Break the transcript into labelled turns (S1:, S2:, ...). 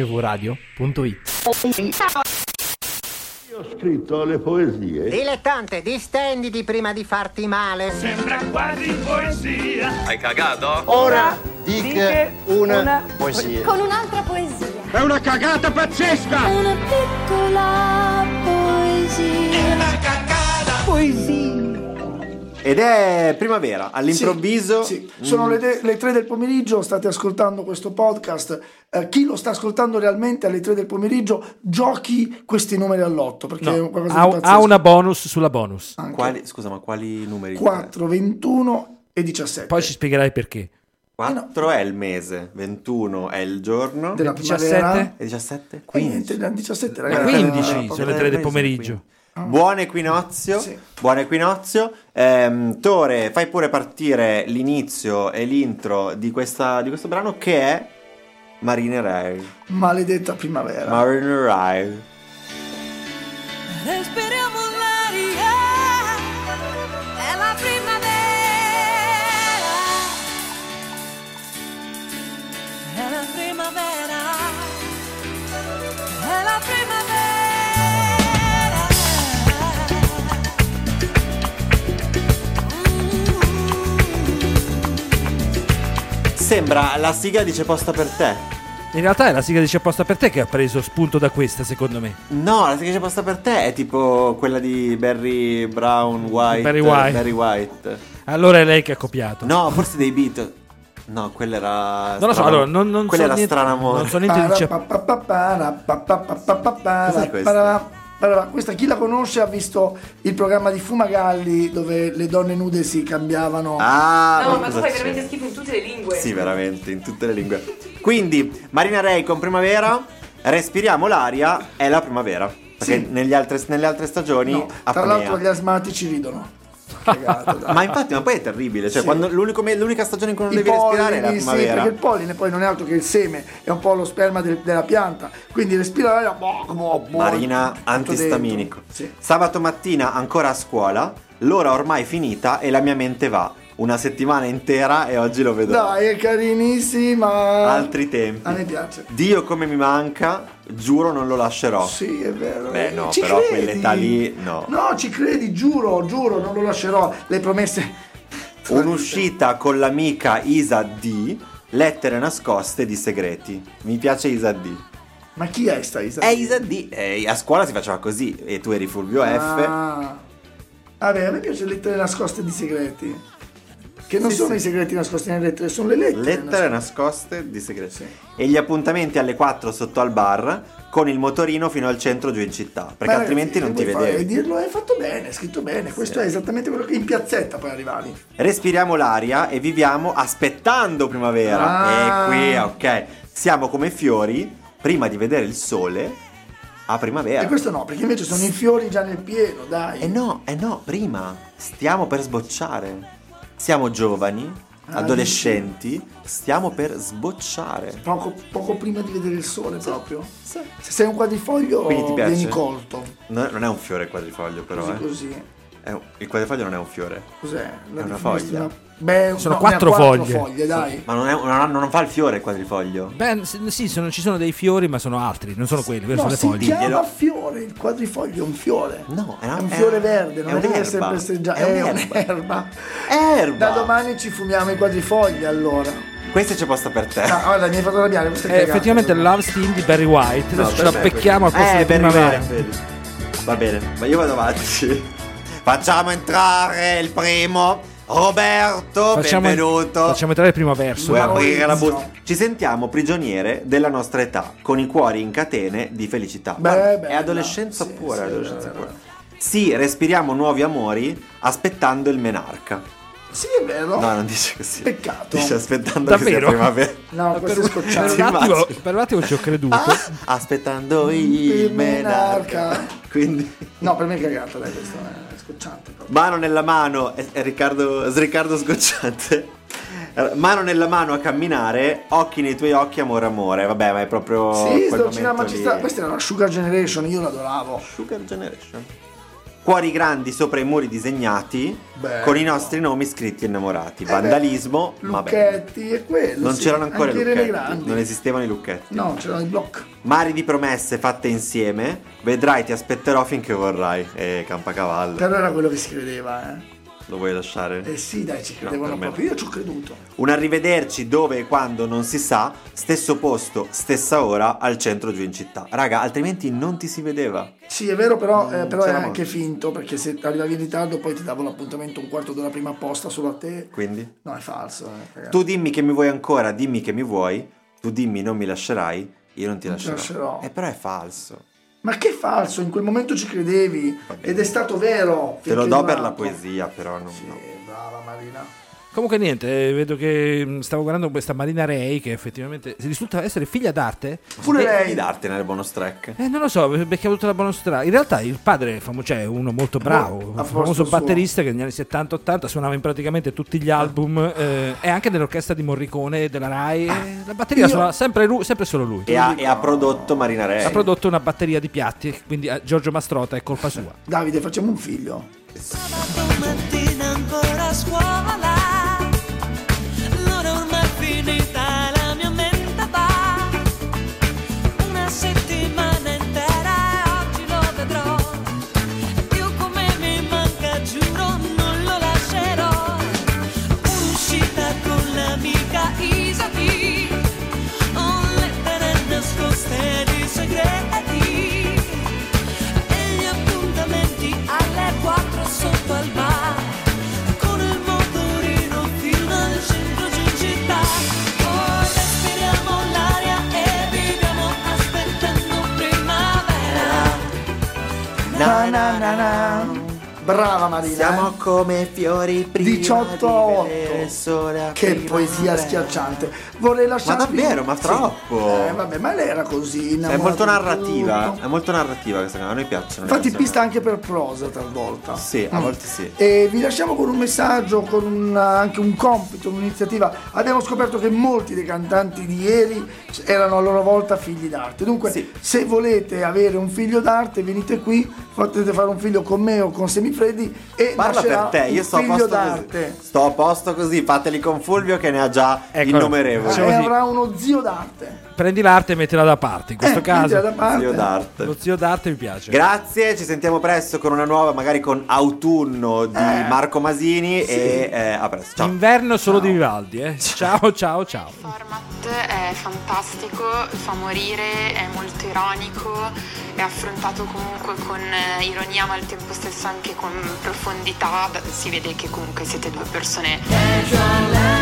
S1: mvradio.it
S2: Io ho scritto le poesie.
S3: Dilettante, distenditi prima di farti male.
S4: Hai cagato?
S2: Ora dica una, poesia.
S5: con un'altra poesia.
S2: È una cagata pazzesca!
S5: Una piccola poesia.
S6: Ed è primavera, all'improvviso.
S7: Sì, sì. sono le, de- le 3 del pomeriggio, state ascoltando questo podcast. Eh, chi lo sta ascoltando realmente alle 3 del pomeriggio, giochi questi numeri all'otto, perché è qualcosa
S1: ha,
S7: di pazzesco. Ah,
S1: ha una bonus sulla bonus.
S7: Anche.
S6: Quali, scusa, ma quali numeri?
S7: 4, 21 e 17.
S1: Poi ci spiegherai perché.
S6: 4
S7: Eh
S6: è il mese, 21 è il giorno.
S7: della
S1: 17?
S7: primavera.
S6: E 17? 15.
S7: Quindici. 17,
S1: Ma
S7: ragazzi.
S1: 15
S7: era-
S1: Eh, sono le 3 del pomeriggio.
S6: Buon equinozio,
S7: Ah. Sì.
S6: buon equinozio. Ehm, Tore, fai pure partire l'inizio e l'intro di, questa- di questo brano che è Mariner Air.
S7: Maledetta primavera.
S6: Mariner Air.
S8: Respiriamo l'aria della primavera. È la primavera. È la primavera. Mm-hmm.
S6: Sembra la sigla dice posta per te.
S1: In realtà è la sigla di C'è apposta per te che ha preso spunto da questa, secondo me.
S6: No, la sigla dice posta per te è tipo quella di Barry Brown White.
S1: Barry White.
S6: Barry White.
S1: Allora è lei che ha copiato.
S6: No, forse dei beat. No, quella era.
S1: Non lo so,
S6: strana-
S1: allora non, non
S6: quella
S1: so
S6: era
S1: niente-
S6: strana amore.
S1: Non so niente
S7: Ah,
S1: di C'è
S6: Cos'è questa?
S7: Allora, questa chi la conosce ha visto il programma di Fumagalli dove le donne nude si cambiavano.
S6: Ah,
S9: No, ma tu
S6: cosa
S9: fai
S6: c'è?
S9: veramente schifo in tutte le lingue.
S6: Sì, veramente, in tutte le lingue. Quindi, Marina Ray con primavera, respiriamo l'aria, è la primavera. Perché
S7: Sì.
S6: negli altre- nelle altre stagioni
S7: No, tra
S6: apnea.
S7: l'altro gli asmatici ridono. Cagate, dai.
S6: Ma infatti, ma poi è terribile. Cioè,
S7: Sì.
S6: quando l'unico me- l'unica stagione in cui non
S7: I
S6: devi respirare è la
S7: polline, sì,
S6: primavera.
S7: perché il polline poi non è altro che il seme, è un po' lo sperma del- della pianta. Quindi respira l'aria. boh, boh, boh,
S6: Marina
S7: tutto
S6: antistaminico.
S7: dentro. Sì.
S6: Sabato mattina ancora a scuola, l'ora ormai finita e la mia mente va. Una settimana intera e oggi lo vedo.
S7: Dai, è carinissima.
S6: Altri tempi.
S7: A me piace.
S6: Dio come mi manca, giuro non lo lascerò.
S7: Sì, è vero.
S6: Beh, no,
S7: Ci
S6: però a
S7: credi?
S6: quell'età lì, no.
S7: No, ci credi, giuro, giuro, non lo lascerò. Le promesse.
S6: Un'uscita con l'amica Isa D, lettere nascoste di segreti. Mi piace Isa D.
S7: Ma chi è sta Isa?
S6: È Isa D, eh, a scuola si faceva così e tu eri Fulvio F.
S7: Ah. Vabbè, a me piace lettere nascoste di segreti. Che non
S6: Sì,
S7: sono
S6: sì.
S7: i segreti nascosti nelle lettere, sono le lettere.
S6: Lettere
S7: nascoste.
S6: nascoste di segreti.
S7: Sì.
S6: E gli appuntamenti alle 4 sotto al bar con il motorino fino al centro giù in città, perché
S7: Ma
S6: altrimenti
S7: ragazzi,
S6: non ti
S7: che puoi fare?
S6: vedevi.
S7: Dirlo hai fatto bene, hai scritto bene. Questo è esattamente quello che in piazzetta poi arrivavi.
S6: Respiriamo l'aria e viviamo aspettando primavera.
S7: Ah.
S6: E qui, ok. Siamo come fiori prima di vedere il sole a primavera.
S7: E questo no, perché invece sono i fiori già nel pieno, dai.
S6: Eh no, eh no, prima stiamo per sbocciare. Siamo
S7: Ah,
S6: giovani, adolescenti, stiamo per sbocciare.
S7: Poco, poco prima di vedere il sole proprio. Se sei un quadrifoglio
S6: Quindi ti piace?
S7: vieni colto.
S6: No, non è un fiore il quadrifoglio, però.
S7: Così
S6: eh.
S7: così.
S6: È un- il quadrifoglio non è un fiore.
S7: Cos'è? La
S6: È una
S7: definisci
S6: foglia.
S7: Beh,
S1: Sono
S7: no,
S1: quattro
S7: ne ha
S1: foglie.
S7: dai.
S6: Ma non, è- non ha- non fa il fiore il quadrifoglio.
S1: Beh, s- sì, sono- ci sono dei fiori, ma sono altri, non sono quelli, vero? sono
S7: No,
S1: le
S7: si
S1: foglie.
S7: chiama
S6: Glielo-
S7: fiore, il quadrifoglio è un fiore.
S6: No, è,
S7: è
S6: una-
S7: un
S6: è-
S7: fiore verde,
S6: è
S7: non deve
S6: un'erba.
S7: essere festeggiato.
S6: È
S7: È
S6: un'erba.
S7: un'erba.
S6: Erba.
S7: Da domani ci fumiamo i quadrifogli allora.
S6: Questo c'è posta per te.
S7: Ah, guarda, mi hai fatto arrabbiare questa
S1: Eh, effettivamente
S7: la
S1: Love Steam di Barry White.
S6: No,
S1: Adesso ce la
S6: perfetto.
S1: becchiamo al posto
S6: eh,
S1: di
S6: per
S1: primavera.
S6: rimane, vedi. Va bene, ma io vado avanti. Facciamo entrare il primo, Roberto, benvenuto.
S1: facciamo entrare il primo verso.
S6: Vuoi
S7: No,
S6: aprire la
S7: no.
S6: busta? Ci sentiamo prigioniere della nostra età, con i cuori in catene di felicità.
S7: Beh,
S6: Guarda, è
S7: bella.
S6: adolescenza
S7: Sì,
S6: pura,
S7: sì,
S6: è adolescenza
S7: bella,
S6: pura.
S7: bella.
S6: Sì, respiriamo nuovi amori aspettando il menarca.
S7: Sì, è vero.
S6: No, non dice così.
S7: Oh, Peccato.
S6: Dice aspettando che sia
S1: Davvero?
S6: primavera.
S7: No,
S1: Per,
S7: questo è
S1: un- per
S7: scocciato.
S1: un attimo,
S6: Immagino.
S1: per un attimo ci ho creduto.
S6: Aspettando il
S7: Il menarca.
S6: menarca. Quindi
S7: No, per me è cagata, dai, questo è scocciante. proprio.
S6: Mano nella mano, è, è Riccardo, è Riccardo Sgocciante. Eh, Mano nella mano a camminare, occhi nei tuoi occhi, amore, amore. Vabbè, ma è proprio.
S7: Sì,
S6: Oh, quel
S7: sto cinema
S6: momento lì.
S7: magistrale. Questa era la Sugar Generation, io l'adoravo.
S6: Sugar Generation. Cuori grandi sopra i muri disegnati
S7: Bello.
S6: con i nostri nomi scritti e innamorati.
S7: Eh beh,
S6: Vandalismo, ma bene.
S7: Lucchetti e quello.
S6: Non
S7: sì.
S6: c'erano ancora i
S7: Anche i rene
S6: lucchetti,
S7: grandi.
S6: non esistevano i lucchetti.
S7: No, c'erano i block.
S6: Mari di promesse fatte insieme, vedrai, ti aspetterò finché vorrai. E Campacavallo,
S7: Però era quello che si credeva, eh.
S6: lo vuoi lasciare?
S7: Eh sì, dai, ci
S6: No,
S7: credevano
S6: per me no.
S7: proprio. Io ci ho creduto.
S6: Un arrivederci dove e quando non si sa, stesso posto, stessa ora, al centro giù in città. Raga, altrimenti non ti si vedeva.
S7: Sì, è vero, però, eh, però era
S6: Mm, c'era
S7: anche
S6: molto.
S7: finto, perché se arrivavi in ritardo poi ti davano l'appuntamento un quarto d'ora prima apposta solo a te.
S6: Quindi,
S7: No, è falso. eh, ragazzi.
S6: tu dimmi che mi vuoi ancora, dimmi che mi vuoi, tu dimmi non mi lascerai, io non ti
S7: Non ti
S6: lascerò.
S7: lascerò.
S6: Eh, però è falso.
S7: Ma che falso, in quel momento ci credevi ed è stato vero.
S6: Te lo
S7: finché
S6: do
S7: è
S6: per
S7: durato.
S6: la poesia, però non- no.
S7: Sì, brava Marina.
S1: Comunque niente, eh, vedo che mh, stavo guardando questa Marina Rey che effettivamente si risulta essere figlia d'arte.
S7: Pure
S6: Devi
S7: lei.
S6: darti nel bonus track.
S1: Eh, non lo so, perché ha avuto la buona strada. In realtà il padre è famo- cioè, è uno molto bravo,
S7: a
S1: un
S7: posto
S1: famoso
S7: suo.
S1: batterista che negli anni 70-80 suonava in praticamente tutti gli album eh, e anche nell'orchestra di Morricone della Rai. eh, La batteria
S7: Ah, Io- Eh.
S1: suonava sempre, lui, sempre solo lui.
S6: E ha, e ha prodotto Marina Re.
S1: Ha prodotto una batteria di piatti, quindi eh, Giorgio Mastrota è colpa sua.
S7: Davide, facciamo un figlio.
S8: Sabato mattina ancora a scuola, l'ora ormai finita, la mia mente va. Una settimana intera e oggi lo vedrò. Più come mi manca, giuro, non lo lascerò. Un'uscita con l'amica Isabì, ho lettere nascoste di segreti. E gli appuntamenti alle 4 sotto al bar Con il motorino fino al centro di città Poi respiriamo l'aria e viviamo aspettando primavera
S6: Na, na, na, na.
S7: Brava Marina.
S6: Ah.
S7: eh.
S6: Siamo come fiori prima
S7: 18 a
S6: di
S7: 8.
S6: vedere il sole a
S7: Che
S6: prima
S7: poesia
S6: vera.
S7: schiacciante. Vorrei
S6: Ma
S7: lasciare.
S6: davvero, ma troppo.
S7: Eh, vabbè, ma lei era così.
S6: È
S7: innamorata
S6: molto
S7: di
S6: narrativa,
S7: tutto.
S6: è molto narrativa questa cosa, a noi piacciono. le
S7: Infatti in
S6: canzoni.
S7: pista anche per prosa talvolta. Mm.
S6: Sì, a volte sì.
S7: E vi lasciamo con un messaggio, con un- anche un compito, un'iniziativa. Abbiamo scoperto che molti dei cantanti di ieri erano a loro volta figli d'arte. Dunque,
S6: Sì.
S7: se volete avere un figlio d'arte, venite qui, potete fare un figlio con me o con Semifreddi e
S6: Parla
S7: nascerà
S6: per te, io
S7: un
S6: sto a
S7: figlio
S6: posto
S7: d'arte.
S6: così. Sto a posto così, fateli con Fulvio che ne ha già
S1: Eccolo.
S6: innumerevoli.
S1: Facciamo
S7: E
S1: così.
S7: avrà uno zio d'arte.
S1: Prendi l'arte e mettila da parte, in questo
S7: Eh,
S1: caso.
S7: mettila da parte.
S6: Zio d'arte.
S1: Lo zio d'arte mi piace.
S6: Grazie, ci sentiamo presto con una nuova, magari con Autunno di
S7: Eh.
S6: Marco Masini e eh, a presto. Ciao.
S1: Inverno solo di Vivaldi, eh. Ciao, ciao, ciao.
S4: Il format è fantastico, fa morire, è molto ironico, è affrontato comunque con eh, ironia ma al tempo stesso anche con profondità, si vede che comunque siete due persone